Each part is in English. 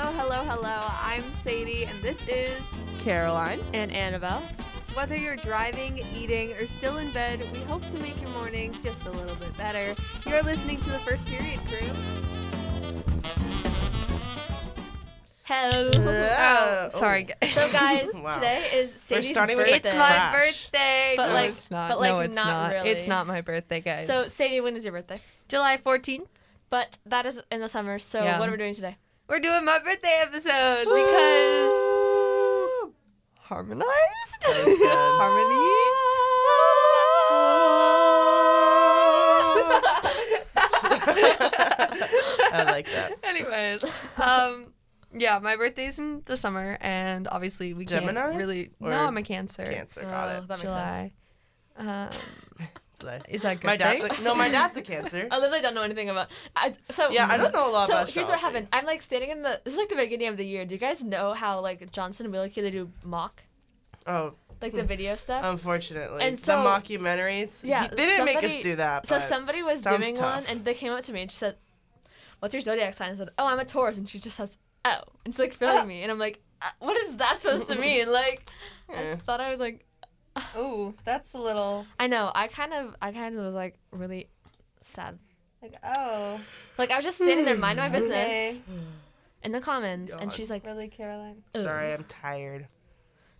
hello. I'm Sadie, and this is Caroline. and Annabelle. Whether you're driving, eating, or still in bed, we hope to make your morning just a little bit better. You're listening to the First Period Crew. Hello. Hello. Oh, Sorry, guys. Ooh. So, guys, Wow. today is Sadie's starting with birthday. a It's my Crash. birthday. But No, like, it's not. but like, no, it's not, not. really. It's not my birthday, guys. So, Sadie, when is your birthday? July 14th, But that is in the summer. So, Yeah. what are we doing today? we're doing my birthday episode because harmonized. harmony. I like that. Anyways, um, yeah, my birthday's in the summer, and obviously we Gemini? can't really. Or no, I'm a Cancer. Cancer, Oh, got That makes sense. July. Um, it. Slay. is that good? My dad's thing? a, no, my dad's a cancer. I literally don't know anything about. I, so Yeah, I don't know a lot So about here's what astrology. happened. I'm like standing in the. This is like the beginning of the year. Do you guys know how like Johnson Wilkie they do mock Oh, like the video stuff? unfortunately, And the so- mockumentaries. Yeah, he- they didn't make us somebody- do that. So but somebody was sounds doing tough. one, and they came up to me and she said, "What's your zodiac sign?" I said, "Oh, I'm a Taurus," and she just says, "Oh," and she's like filling me, and I'm like, uh, "What is that supposed to mean?" Like, I eh. thought I was like, Ooh, that's a little I know, I kind of, I kind of was like really sad. like oh, Like I was just standing there minding my business Okay. in the comments, God. and she's like, really, Caroline. "Ugh." sorry, I'm tired.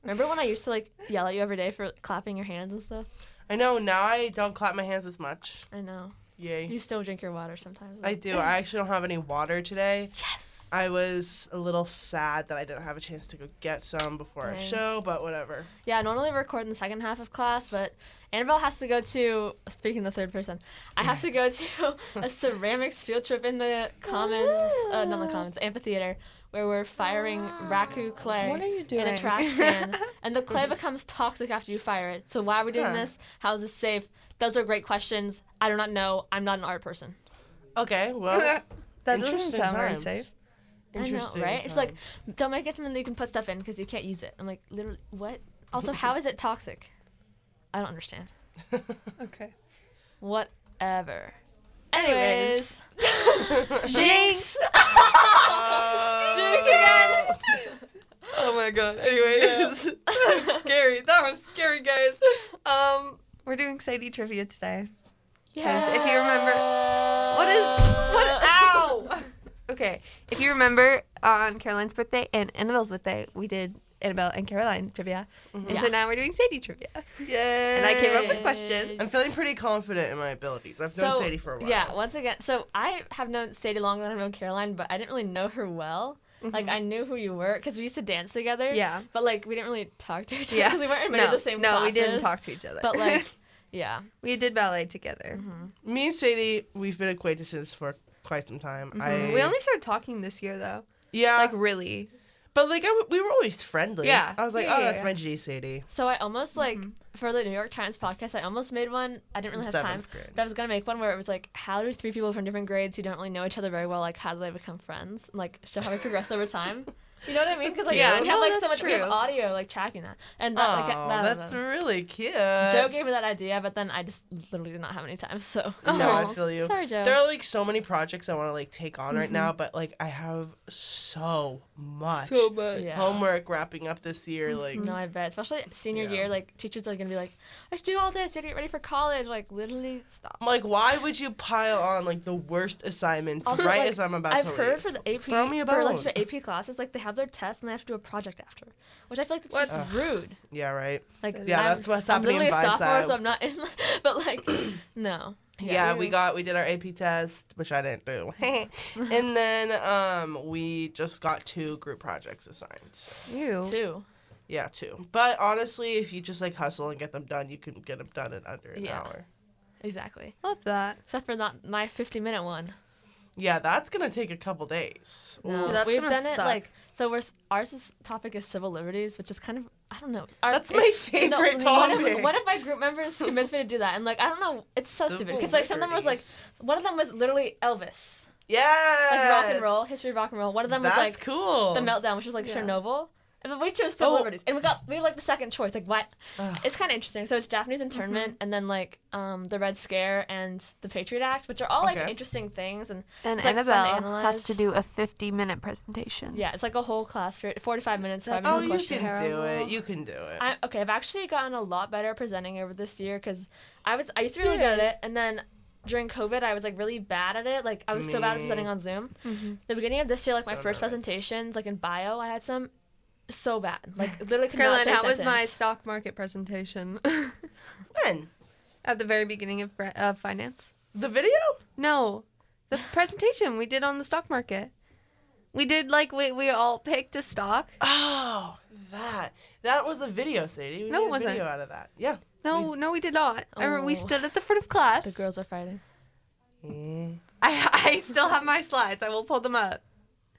Remember when I used to like yell at you every day for clapping your hands and stuff? I know now I don't clap my hands as much. I know. Yay. You still drink your water sometimes. I though. do. I actually don't have any water today. yes. I was a little sad that I didn't have a chance to go get some before our Dang. show, but whatever. Yeah, I normally record in the second half of class, but Annabelle has to go to speaking the third person. I have to go to a ceramics field trip in the commons, uh, not the commons, amphitheater, where we're firing Ah. raku clay you in a trash can, and the clay becomes toxic after you fire it. So why are we doing Huh. this? How is this safe? Those are great questions. I do not know. I'm not an art person. Okay, well, that doesn't Interesting sound very times. safe. I know, interesting. right? It's like times. don't make it something that you can put stuff in because you can't use it. I'm like, literally, what? Also, how is it toxic? I don't understand. Okay. Whatever. Anyways. Anyways, Jinx. Oh. Oh my god. Anyways, that was scary. That was scary, guys. Um, we're doing Sadie trivia today. Because if you remember, what is what? Ow. Okay, if you remember on Caroline's birthday and Annabelle's birthday, we did Annabelle and Caroline trivia, and so Mm-hmm. Yeah. now we're doing Sadie trivia. Yay. And I came up with questions. I'm feeling pretty confident in my abilities. I've known so, Sadie for a while. Yeah, once again, so I have known Sadie longer than I've known Caroline, but I didn't really know her well. Like I knew who you were because we used to dance together. Mm-hmm. Yeah. But like we didn't really talk to each other Yeah. because we weren't in many no, of the same no, we didn't classes. talk to each other. But like, Mm-hmm. yeah, we did ballet together. Me and Sadie, we've been acquaintances for quite some time. Mm-hmm. I We only started talking this year though. Uh, yeah, like really. but like I w- we were always friendly. Yeah. I was like, Yeah, oh, yeah, that's yeah. my G, Sadie. So I almost like for the New York Times podcast, I almost made one. I didn't really have time, Mm-hmm. Seventh grade. but I was gonna make one where it was like, how do three people from different grades who don't really know each other very well, like how do they become friends? Like show how we progress over time. You know what I mean? Because like That's we cute. No, have like so that's much we have true. audio like tracking that, and that, Oh, like, I- that- that's that- really cute. Joe gave me that idea, but then I just literally did not have any time. So No, Oh. I feel you. sorry, Joe. Mm-hmm. There are like so many projects I want to like take on right now, but like I have so much much. Yeah. Mm-hmm. homework wrapping up this year. Like, no, I bet. Especially senior Yeah. year, like teachers are gonna be like, "I should do all this. You have to get ready for college." Like literally, stop. I'm like, why would you pile on like the worst assignments Also, right like, as I'm about I've to heard leave? for the AP Throw me a for bone. like for AP classes, like they have their tests and they have to do a project after, which I feel like it's What? just rude. yeah, right. Like Yeah, I'm, that's what's I'm happening literally in a sophomore, Vice so I'm not in. But like, no. Yeah, we Yeah. got we did our AP test, which I didn't do, and then um we just got two group projects assigned. So, Ew. Two. yeah, two. But honestly, if you just like hustle and get them done, you can get them done in under an Yeah. hour. Exactly. Love that. Except for not my 50 minute one. Yeah, that's gonna take a couple days. No, Ooh. That's we've gonna done suck. it like so. We're s- ours is topic is civil liberties, which is kind of I don't know. Our- That's my it's- favorite one of- One topic. of, my group members convinced me to do that, and like I don't know, it's so stupid Civil because like some of them was like liberties. one of them was literally Elvis, yeah, like rock and roll, history of rock and roll. One of them That's was like cool. the meltdown, which was like Yeah. Chernobyl. But we chose civil Oh. liberties, and we got we were like the second choice. Like what? Ugh. It's kind of interesting. So it's Japanese internment, and then like um, the Red Scare and the Patriot Act, which are all like Okay. interesting things. And And It's, like, fun to Annabelle has analyze. to do a 50 minute presentation. yeah, it's like a whole class for forty-five minutes, five Oh, minutes. you a question. can do it. Terrible. You can do it. I, okay, I've actually gotten a lot better at presenting over this year because I was I used to be really good at it, and then during COVID I was like really bad at it. Like I was so bad at Me. presenting on Zoom. The beginning of this year, like my So first nervous. presentations, like in bio, I had some so bad. Like literally. Could not Caroline, say a how was my sentence. stock market presentation when at the very beginning of fr- uh, finance? the video? No, the presentation we did on the stock market. We did like we we all picked a stock. Oh, that that was a video, Sadie. We No, it made a wasn't. Video out of that. Yeah. No, no, we did not. I remember we Oh. stood at the front of class. The girls are fighting. Eh. Mm, I, I still have my slides. I will pull them up.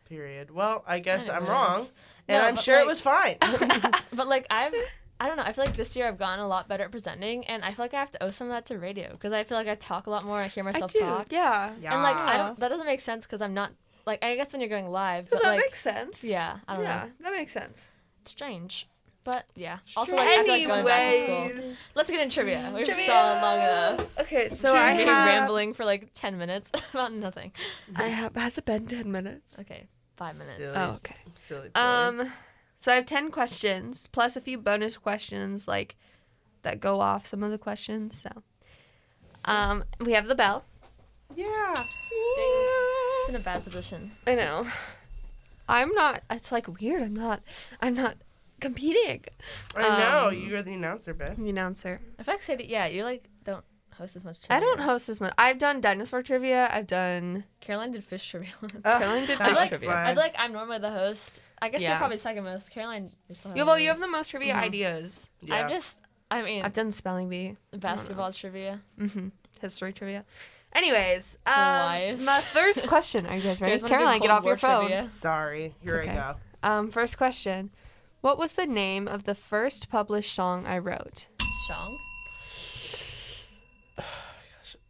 period. Well, I guess I I'm don't know. wrong, and No, I'm but, sure it like- was fine. But like I've. I don't know. I feel like this year I've gotten a lot better at presenting, and I feel like I have to owe some of that to radio because I feel like I talk a lot more. I hear myself talk, Yeah. yeah. and like I Yes. don't, that doesn't make sense because I'm not like I guess when you're going live, So but that like makes sense. yeah, I don't know. Yeah, that makes sense. strange. But yeah. Also like, I feel like going back to school. Anyways. Let's get in trivia. We've Trivia! stalled long enough. Okay, so We've I been have, rambling for like ten minutes about nothing. I have. Has it been ten minutes? Okay. Five minutes. Silly. Oh, okay. Silly. Um. Um, so I have ten questions plus a few bonus questions like that go off some of the questions. So, um, we have the bell. Yeah. It's in a bad position. I know. I'm not. It's like weird. I'm not. I'm not competing. I know Um, you're the announcer, babe. The announcer. I feel like Sadie yeah, you like don't host as much trivia. I don't host as much. I've done dinosaur trivia. I've done. Caroline did fish trivia. Caroline did I feel fish like, trivia. I feel like I'm normally the host. I guess you're Yeah. probably second most. Caroline you're still Yeah, well, you have the most trivia ideas. I just I mean I've done spelling bee, basketball trivia. hmm history trivia. Anyways, Lies. um, my first question. Are you guys ready? Caroline, get off your phone. Sorry. Here okay. I go. Um, first question. What was the name of the first published song I wrote? Shong?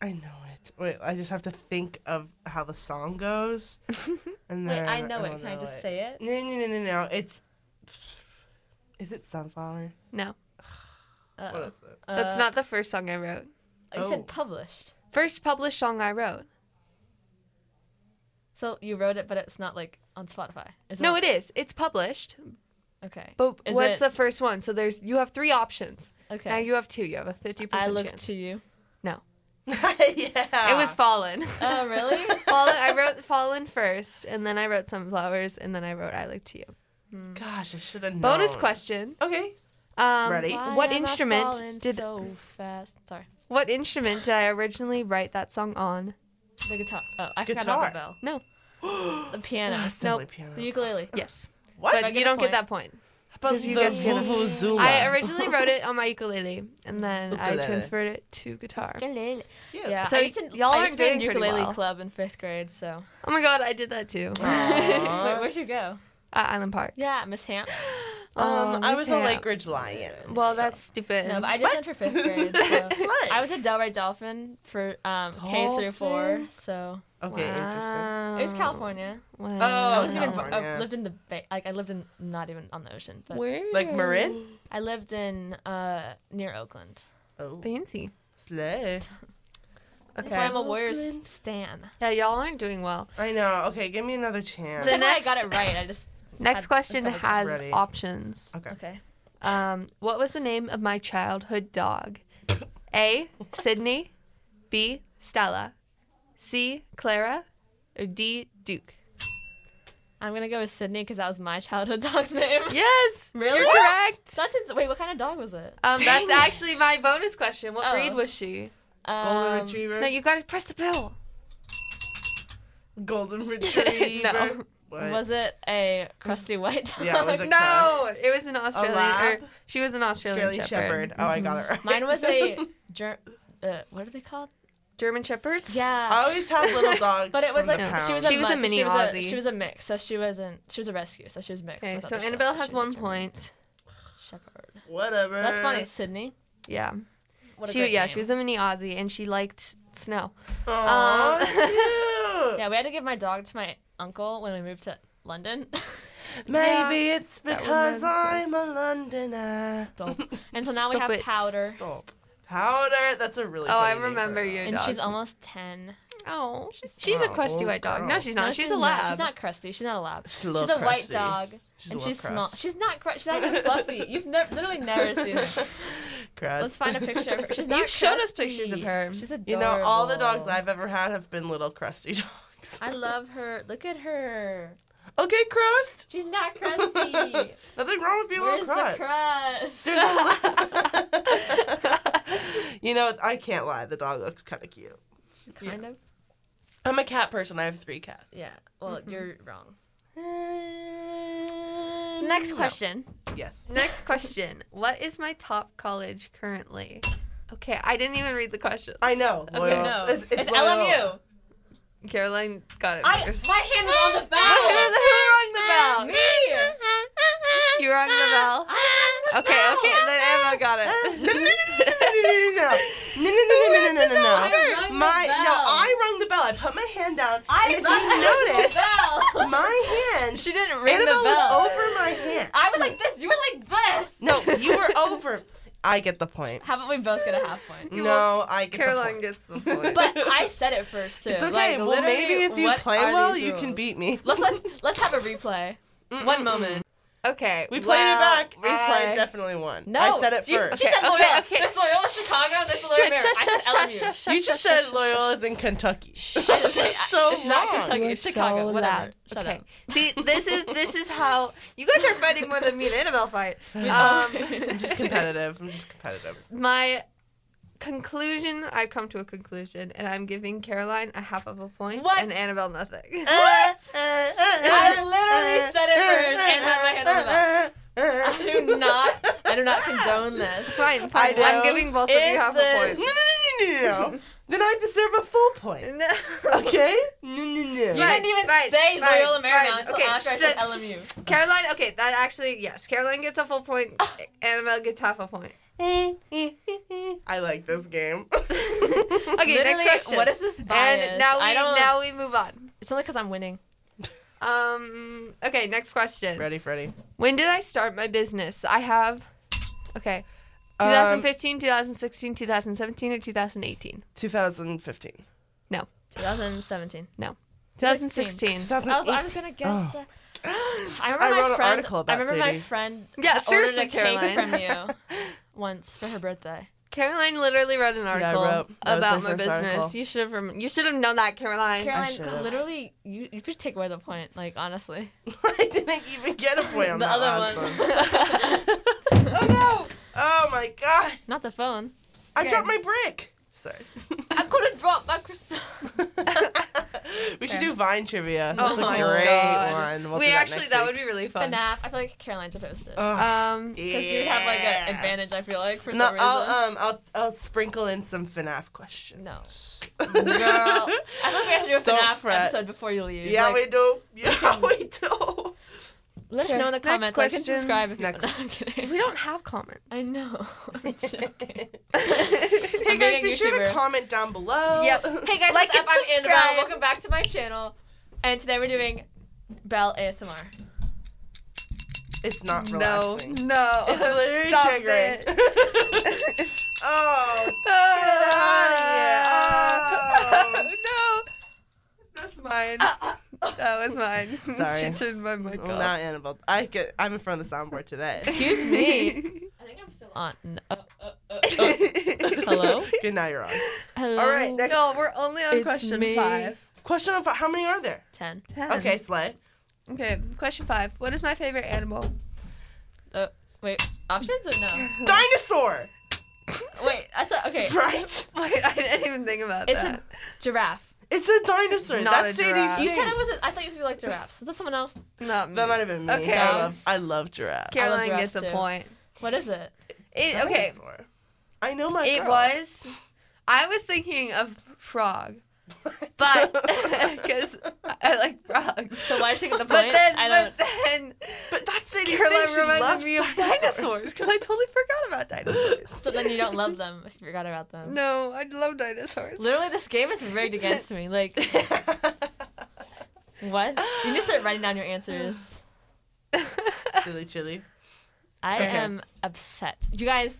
I know it. Wait, I just have to think of how the song goes, and Wait, then I know it. will Can I just say it? No, no, no, no, no. It's. Is it sunflower? No, Uh, is it? that's uh, not the first song I wrote. You Oh. said published. First published song I wrote. So you wrote it, but it's not like on Spotify. Is No, it? it is. It's published. Okay. But Is what's it- the first one? So there's you have three options. Okay. Now you have two. You have a fifty I percent look chance. to you. yeah. It was Fallen. Oh, really? Fallen. I wrote Fallen first, and then I wrote Sunflowers, and then I wrote I Look to You. Gosh, I should have known. Bonus question. Okay. Um, Ready? Why What am I falling instrument did so fast? Sorry, What instrument did I originally write that song on? the guitar. Oh, I forgot about the Guitar. bell. No. The piano. Silly piano. The ukulele. Yes. what? Do I But get you a don't get point? that point. How about because you the guys get it. Vuvuzela? I originally wrote it on my ukulele, and then I Ukulele. transferred it to guitar. Ukulele. Cute. Yeah. So I used to, y'all I aren't used to be in doing pretty ukulele well. club in fifth grade. So. Oh my god, I did that too. Uh, Wait, Aw. where'd you go? Island Park. Yeah, Miss Ham. Oh, um, I Miss was a Ham. Lake Ridge Lion. Well, that's stupid. No, but I just went for fifth grade. So. Slut. I was a Delray Dolphin for um, K through four. Dolphin? So Okay, interesting. it Oh. was California. Wow. I Oh, wasn't even. I California. lived in the bay. Like I lived in not even on the ocean, but Where? Like Marin? I lived in uh, near Oakland. Oh. Fancy. Slay. That's why I'm a Oakland. Warriors stan. Yeah, y'all aren't doing well. I know. Okay, give me another chance. That's why I got next- it right. I just Next I'd- question I'd- I'd- has Ready. options. Okay. okay. Um, what was the name of my childhood dog? A. Sydney. B. Stella. C. Clara. Or D. Duke. I'm gonna go with Sydney because that was my childhood dog's name. Yes. Really? You're correct. That's ins- wait. What kind of dog was it? Um, Dang that's it. actually my bonus question. What Oh. breed was she? Golden Um, Retriever. No, you gotta press the bell. Golden Retriever. What? Was it a crusty white dog? Yeah, it was a No, it was an Australian. Or, lab? she was an Australian, Australian Shepherd. Shepherd. Oh, I got it right. Mine was a ger- uh, what are they called? Oh. German Shepherds. Yeah. I always have little dogs. uh, But it was from the like pound. she was a She was a mutt, so mini she was A, Aussie. she was a mix, so she wasn't. She was a rescue, so she was mixed. Okay, with so other stuff, Annabelle so has she was a one German point. Shepherd. whatever. That's funny, Sydney. Yeah. What a She great yeah, name. she was a mini Aussie and she liked snow. Aw, Um, cute. Yeah, we had to give my dog to my uncle when we moved to London. Maybe it's that because would make I'm a Londoner. Stop. And so now we Stop have it. powder. Stop. Powder. That's a really. Oh, I funny name for remember her. you. And she's dogs. almost 10. Oh, she's a Oh, crusty old white dog. No, girl. she's not. No, she's, a not. lab. She's not crusty. She's not a lab. She's, a little a white crusty. dog. She's a and little she's small. crust. She's not crusty. She's not even fluffy. You've never, literally never seen her. Crust. Let's find a picture of her. She's You not showed us crusty. pictures of her. She's adorable. You know, all the dogs I've ever had have been little crusty dogs. I love her. Look at her. Okay, crust. She's not crusty. Nothing wrong with being a Where's little crust. the crust? There's a lot. you know, I can't lie. The dog looks kind of cute. kind of. I'm a cat person. I have three cats. Yeah. Well, you're wrong. Um, Next no. question. Yes. Next question. What is my top college currently? Okay, I didn't even read the question. I know. Loyal. No. It's, it's loyal. LMU. Caroline got it. I, first. my hand was on the bell. Who rang the Me. bell? You rang the bell. Okay, okay, then Emma got No, no, no, no, no, no, no, it. no, no, no, no, no, no, no, no, no, I no. rung My the no, bell. I rung the bell. I put my hand down, I and if thought I you notice, rang the bell. my hand, She didn't ring Annabelle the bell. was over my hand. I was like this. You were like this. No, you were over. I get the point. Haven't we both got a half point? No, I get the Caroline point. gets the point. But I said it first too. It's okay. Like, well, literally, maybe if you what play are well, these you can rules? beat me. Let's let's let's have a replay. One moment. okay, We played well, it back. I Replay. definitely won. No, I said it you- first. She said Okay, Loyola. okay, okay. There's Loyola Chicago. There's Loyola Marymount. I said LMU. you just said Loyola's in Kentucky. That's so it's not wrong. Kentucky. It's We're Chicago. so Whatever. loud. Shut okay. up. See, this is this is how you guys are fighting more than me and Annabelle fight. Um, I'm just competitive. I'm just competitive. my conclusion, I've come to a conclusion, and I'm giving Caroline a half of a point What? and Annabelle nothing. I literally said it first and had my hand on the bell. I do not. I do not condone this. fine, I fine. I'm know. giving both of Is you half this- a No, point. no, no, no, no. then I deserve a full point. No. Okay? No, no, no. You Fine, didn't even fine, say fine, Loyola fine. Marymount until Okay, after I she said- said LMU. Caroline, okay, that actually, yes. Caroline gets a full point. Annabelle gets half a point. I like this game. Okay, next Literally, question. What is this bias? and now we I don't, now we move on. It's only because I'm winning. Um. Okay, next question. Ready, Freddy? When did I start my business? I have. Okay. Um, 2015, 2016, 2017, or 2018? 2015. 2017. 2016. 2008. I was, I was gonna guess Oh. that. I remember I my wrote friend, an article about I remember Sadie. my friend Yeah, seriously, ordered a cake Caroline. from you once for her birthday. Caroline literally wrote an I article wrote- that was about my my first business. article. You should have rem- you should have known that, Caroline. Caroline, should've. literally, you you should take away the point. Like honestly, I didn't even get a point on the that other last one, one. oh no! Oh my god! not the phone. I Okay. dropped my brick. Sorry. I could have dropped my croissant. we should do Vine trivia. Oh That's a my great God. one. We'll we do that actually next that week. would be really fun. FNAF. I feel like Caroline should host it. Ugh. Um, Because you'd have like Oh, Yeah. an advantage, I feel like, for No, some reason. I'll um, I'll I'll sprinkle in some FNAF questions. No. girl. Girl, I think we have to do a Don't FNAF fret. episode before you leave. Yeah, Like, we do. Yeah, we do. let us know in the Next comments. Like and question. subscribe if you Next. No, I'm kidding. we don't have comments. I know. I'm joking. hey guys, being be a sure to YouTuber. comment down below. Yep. Hey guys, Like what's up? and I'm Annabelle. subscribe. Welcome back to my channel. And today we're doing Bell ASMR. It's not no, relaxing. no. It's literally Stop triggering. it. oh, Ah. Oh. no. That's mine. that was mine. Sorry. she turned my mic well, off. not Annabelle. I get. I'm in front of the soundboard today. Excuse me. I think I'm still on. No. Uh, uh, uh, uh. Hello? Good. Now you're on. Hello. All right. Next No, we're only on It's question me. five. question. Of, how many are there? Ten. Ten. Okay, Slay. Okay. Question five. What is my favorite animal? Wait, options or no? Dinosaur. Wait, I thought, okay. Right. Wait, I didn't even think about It's a that. giraffe. It's a dinosaur. Not That's a Sadie's giraffe. name. You said it was a, I thought you like giraffes. Was that someone else? Not me. that might have been me. Okay. I love. I love giraffes. I love Caroline giraffes gets a too. point. What is it? It, okay. Dinosaur. I know my. It girl. was. I was thinking of frog, but because I like frogs. So why did she get the point? But then, I but don't. then, But that's Sadie's Caroline name. She reminded loves me of dinosaurs because I totally forgot about dinosaurs. So then you don't love them if you forgot about them. no, I love dinosaurs. Literally, this game is rigged against me. Like, dinosaurs. what? You need to start writing down your answers. Silly chili. I Okay. am upset. You guys,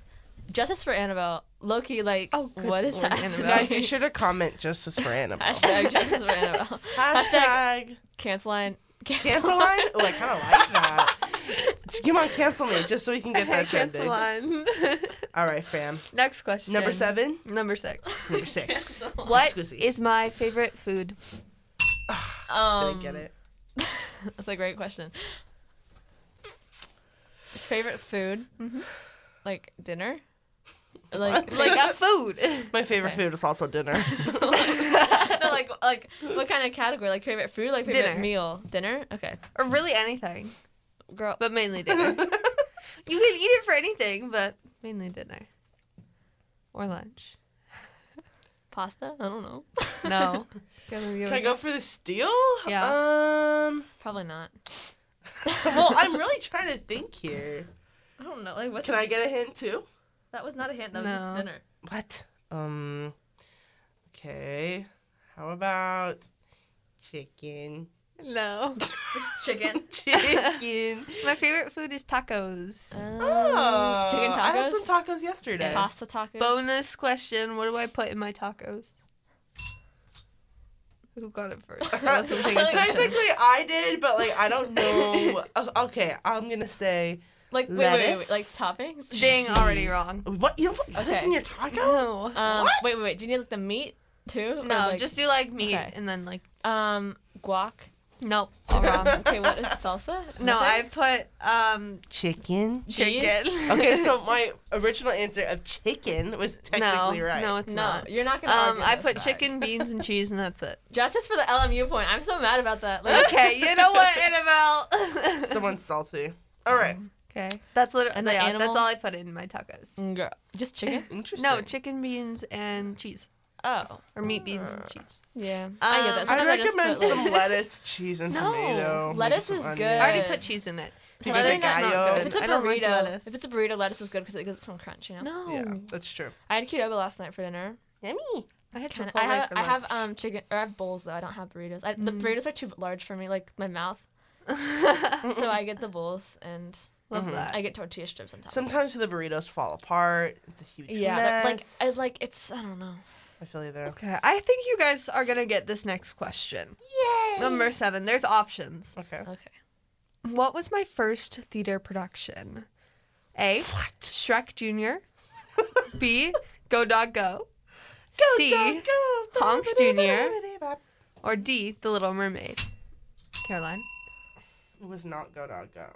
justice for Annabelle. Loki, like, Oh, good what is lord, happening? Annabelle. Guys, be sure to comment justice for Annabelle. Hashtag justice for Annabelle. Hashtag Cancel line. Cancel, cancel line. Oh, I kind of like that. Come on, cancel me just so we can get that trending. Cancel on. All right, fam. Next question. Number seven, Number six. number six. What Excuse me. is my favorite food? Did Um, I get it? That's a great question. Favorite food? Mm-hmm. Like dinner? Like, Like a food. My favorite okay. food is also dinner. no, like, like, what kind of category? Like favorite food? Like favorite Dinner. meal? Dinner? Okay, or really anything, girl. but mainly dinner. you can eat it for anything, but mainly dinner. Or lunch. Pasta? I don't know. No. Can I go for the steal? Yeah. Um. Probably not. Well, I'm really trying to think here. I don't know. Like, what's Can I get a hint too? That was not a hint. That was No. just dinner. What? Um. Okay. How about chicken? no. Just chicken. Chicken. My favorite food is tacos. Oh, Um, chicken I had some tacos? tacos yesterday. Pasta tacos. Bonus question: What do I put in my tacos? Who got it first? I wasn't paying attention. Technically, I did, but like I don't know. O- okay, I'm gonna say Like wait, wait, wait, wait, lettuce. like toppings. Dang, already cheese. wrong. What you don't put lettuce Okay. in your taco? No, Um, What? Wait, wait, wait. Do you need like the meat too? Or, no, like, just do like meat okay. and then like um guac. nope, all wrong. Okay, what is salsa? No, I Nothing? put um Chicken. Cheese? chicken. Okay, so my original answer of chicken was no, technically right. no, it's no. not. You're not gonna. Um, argue I this put fact. chicken, beans, and cheese, and that's it. Justice for the LMU point. I'm so mad about that. Like, Okay, you know what, Annabelle? Someone's salty. All right, okay, that's And literally the yeah, animal? that's all I put in my tacos. mm, girl, just chicken. interesting. No, chicken, beans, and cheese, Oh, or meat, beans, Uh, and cheese. yeah. I get that. Um, I'd Sometimes I just recommend put, like- some lettuce, cheese, and No, tomato. maybe lettuce some is onion. good. I already put Yes. cheese in it. Pico Lettuce de is not gallo. good. If it's a I don't like burrito, lettuce. if it's a burrito, lettuce is good because it gives it some crunch, you know. No, Yeah, that's true. I had Qdoba last night for dinner. Yummy. I had Kinda- Chipotle I have for I lunch. have um chicken or I have bowls though. I don't have burritos. I, Mm. The burritos are too large for me, like my mouth. so I get the bowls and Love that. I get tortilla strips on top. Sometimes the burritos fall apart. It's a huge yeah, but, like mess. I like it's I don't know. I feel you there. Okay, I think you guys are gonna get this next question. Yay! Number seven. There's options. Okay. Okay. What was my first theater production? A. Shrek Jr. B. Go Dog Go. C. Honks Jr. Or D. The Little Mermaid. Caroline. It was not Go Dog Go.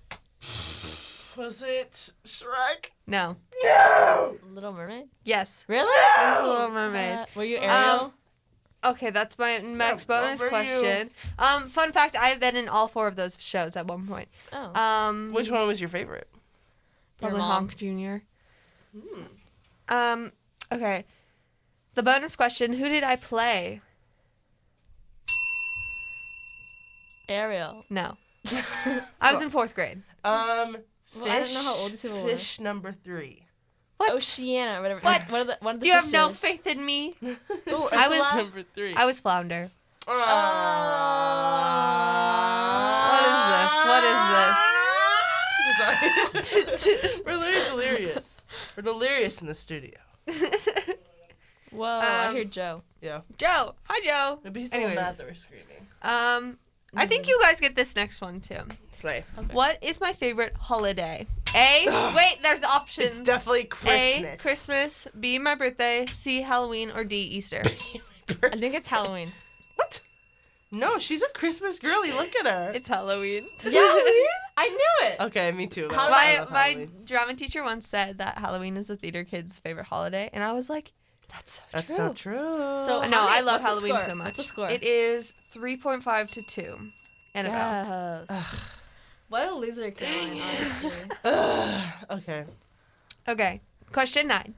Was it Shrek? No. No! Little Mermaid. Yes. Really? It was The Little Mermaid. Um, Uh, were you Ariel? Okay, that's my next what bonus were you? question. Um, fun fact: I've been in all four of those shows at one point. oh, Um, Which one was your favorite? your Probably mom. Honk Jr. Hmm. Um, okay. The bonus question Who did I play? Ariel. No. I was in fourth grade. Um, fish. Well, I don't know how old these people were. Fish number three. What? Oceana, or whatever. What? One of the, one of Oh, the Do you have no sisters. faith in me? Ooh, I was- Ursula? number three. I was Flounder. Ah. What is Sorry. We're literally delirious. We're delirious in the studio. this? What is this? Whoa! I Um, hear Joe. Yeah. Joe. Hi, Joe. Maybe he's Anyways. the one that we're screaming. Um, I Mm-hmm. think you guys get this next one too. Slay. What is my favorite holiday? A. Wait, there's options. It's definitely Christmas. A. Christmas. B. My birthday. C. Halloween. Or D. Easter. I think it's Halloween. What? No, she's a Christmas girlie. Look at her. It's Halloween. I knew Oh, it. okay, me too. though. How- I my love my Halloween. drama teacher once said that Halloween is a theater kid's favorite holiday, and I was like, "That's so That's true." so true. So- I know. How I love many- what's the Halloween score? so much. What's the score? It is three point five to two. Annabelle. Yes. What a loser, Caroline. Honestly. Ugh, okay. Okay. Question nine.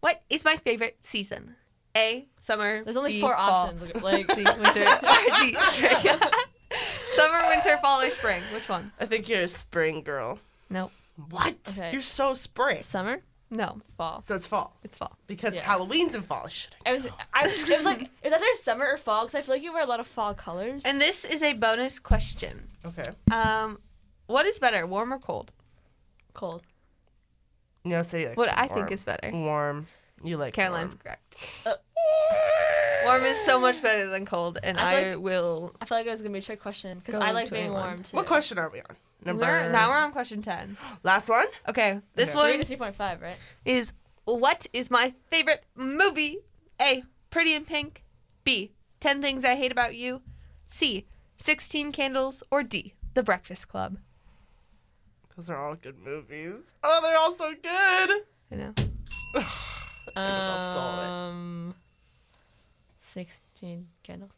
What is my favorite season? A. Summer. There's only B, four fall, options. Like, C. Winter. or D. Spring. Summer, winter, fall, or spring. Which one? I think you're a spring girl. Nope. What? Okay. You're so spring. summer. No, Fall. So it's fall it's fall. because Yeah. Halloween's in fall. Shit. It was, I was, it was like, is either summer or fall? Because I feel like you wear a lot of fall colors. And this is a bonus question. Okay. Um, what is better, warm or cold? cold. No city likes What I warm. think is better. warm. You like Caroline's warm. correct. Uh, Warm is so much better than cold, and I feel I, will. I feel like it was gonna be a trick question because Go I on, like being 21. warm too. What question are we on? Number We're- now we're on question ten. last one. Okay, this Okay. Three to one three point five, right? is what is my favorite movie? A. Pretty in Pink. B. Ten Things I Hate About You. C. Sixteen Candles. Or D. The Breakfast Club. Those are all good movies. Oh, they're all so good. I know. Annabelle stole it. Um, sixteen candles.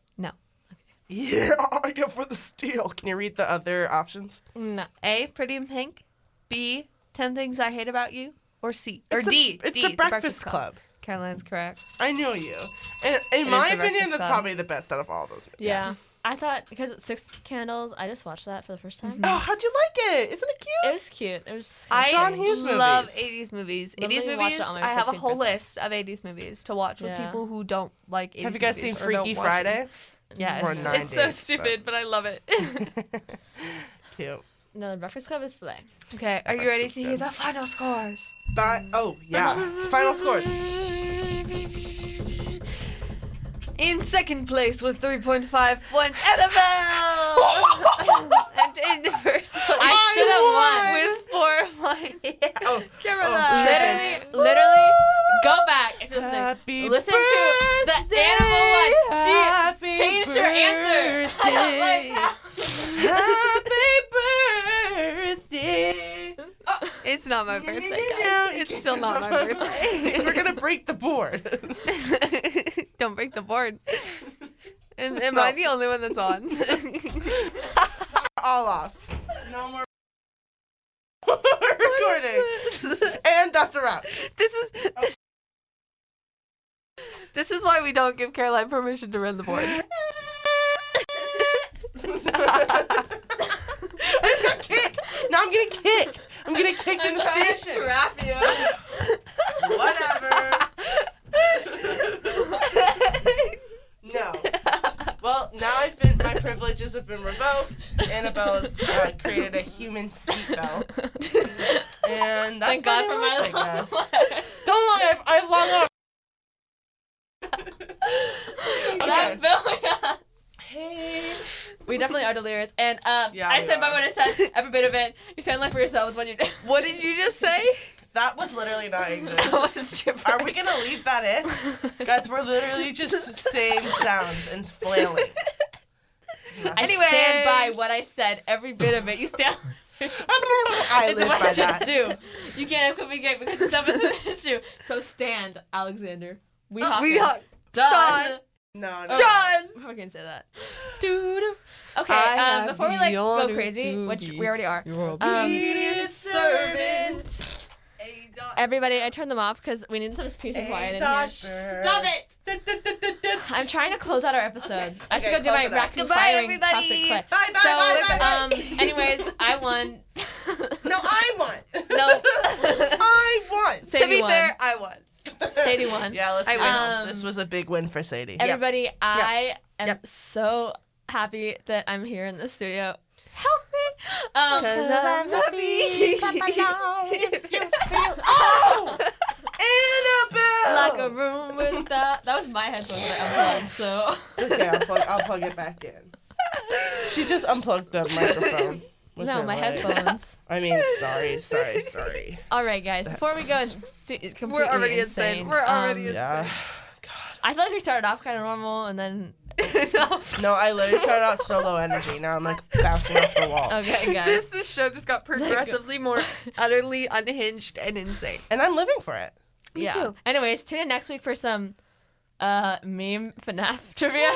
Yeah, I go for the steal. Can you read the other options? No. A. Pretty in Pink. B. Ten Things I Hate About You. Or C. Or It's the- D. It's D, the Breakfast Club. Caroline's correct. I know you. And in It my is The opinion, Breakfast that's Club. probably the best out of all those movies. Yeah. I thought because it's six candles, I just watched that for the first time. Oh, how'd you like it? Isn't it Mm-hmm. It cute? was cute. It was. I John Hughes love movies. 80s movies. Literally 80s watched movies. it on my I have a 16th whole birthday. list of 80s movies to watch with Yeah. people who don't like 80s Have you guys seen movies or don't Freaky watch them. Friday? more Yes. nine It's so days, stupid, but I love it. cute. no, the Breakfast Club is today. okay, are you Breakfast ready is to hear good. the final scores? Bye. Oh, yeah. Final scores. In second place with 3.5 points, Annabelle! and in first place I should have won. with four points, Oh, Caroline. Literally, literally, go back if you're listening. Happy Listen to the birthday, animal one. happy She changed her answer. I'm birthday. like, how? Happy birthday. Oh, It's not my birthday, no, guys. you It's can't still not do my it. birthday. We're gonna break the board. Don't break the board. Am, am I No. the only one that's on? All off. No more. We're recording. this And that's a wrap. is. This, this is why we don't give Caroline permission to run the board. I just got kicked. Now I'm getting kicked. I'm getting kicked in the station. trap you. Whatever. No. Well, now I've been my privileges have been revoked. Annabelle has uh, created a human seatbelt, and that's Thank God for my life, I guess. life. Don't lie, I've, I've long off. That okay. villain. We definitely are delirious, and um, Yeah, I we stand by are. what I said. Every bit of it. You stand life for yourself is what you do. What did you just say? That was literally not English. That was gibberish. Are we gonna leave that in? Guys, we're literally just saying sounds and flailing. I stand by what I said. Every bit of it. You stand. I it's live what by I just that. do. You can't equip me again because it's up an issue. So stand, Alexander. We Uh, hawk. We hawk. are Done. done. No, no. done. We're gonna say that. Dude. Okay. I um, have before we like go yawning crazy, to which be we already are. Um, Obedient servant. everybody, I turned them off because we need some peace and quiet in here. Stop it! I'm trying to close out our episode. I should Okay, go do my close it out. rapid Goodbye, firing everybody. toxic play. Bye, bye, so, bye, bye, bye. um, anyways, I won. No, I won. No. I won. Sadie to be won. fair, I won. Sadie won. Yeah, let's I go. won. this was a big win for Sadie. Everybody, I am Yep. so happy that I'm here in the studio. Help me. Um, Because I'm happy. Oh, like a Annabelle. room without. That was my headphones that unplugged, so. okay, I'll plug, I'll plug it back in. She just unplugged the microphone. with no, her my leg. headphones. I mean, sorry, sorry, sorry. All right, guys. Before we go, and see- it's completely already insane. insane. We're already Um, Yeah. I feel like we started off kind of normal, and then No, No, I literally started out so low energy. Now I'm like bouncing off the wall. okay, guys. this this show just got progressively more utterly unhinged and insane. And I'm living for it. yeah. too. Anyways, tune in next week for some uh meme FNAF trivia.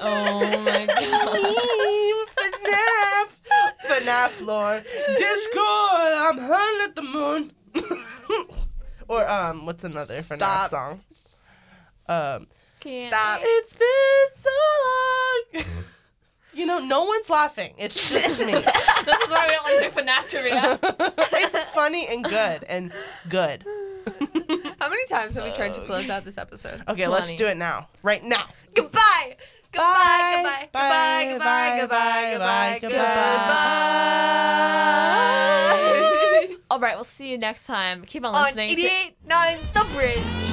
Oh my god. FNAF, FNAF lore, Discord, I'm hunting at the moon. or um, what's another Stop. FNAF song? Um, Can't Stop. wait. it's been so long. You know, no one's laughing. It's just me. this is why we don't want to do FNAF trivia. it's funny and good and good. How many times have we tried to close out this episode? Okay, let's Twenty. do it now. Right now. Goodbye. Goodbye. Goodbye. Bye, Goodbye. Goodbye. Goodbye. bye, Goodbye. bye. Goodbye. All right, we'll see you next time. Keep on On listening. to- 88.9 The Bridge.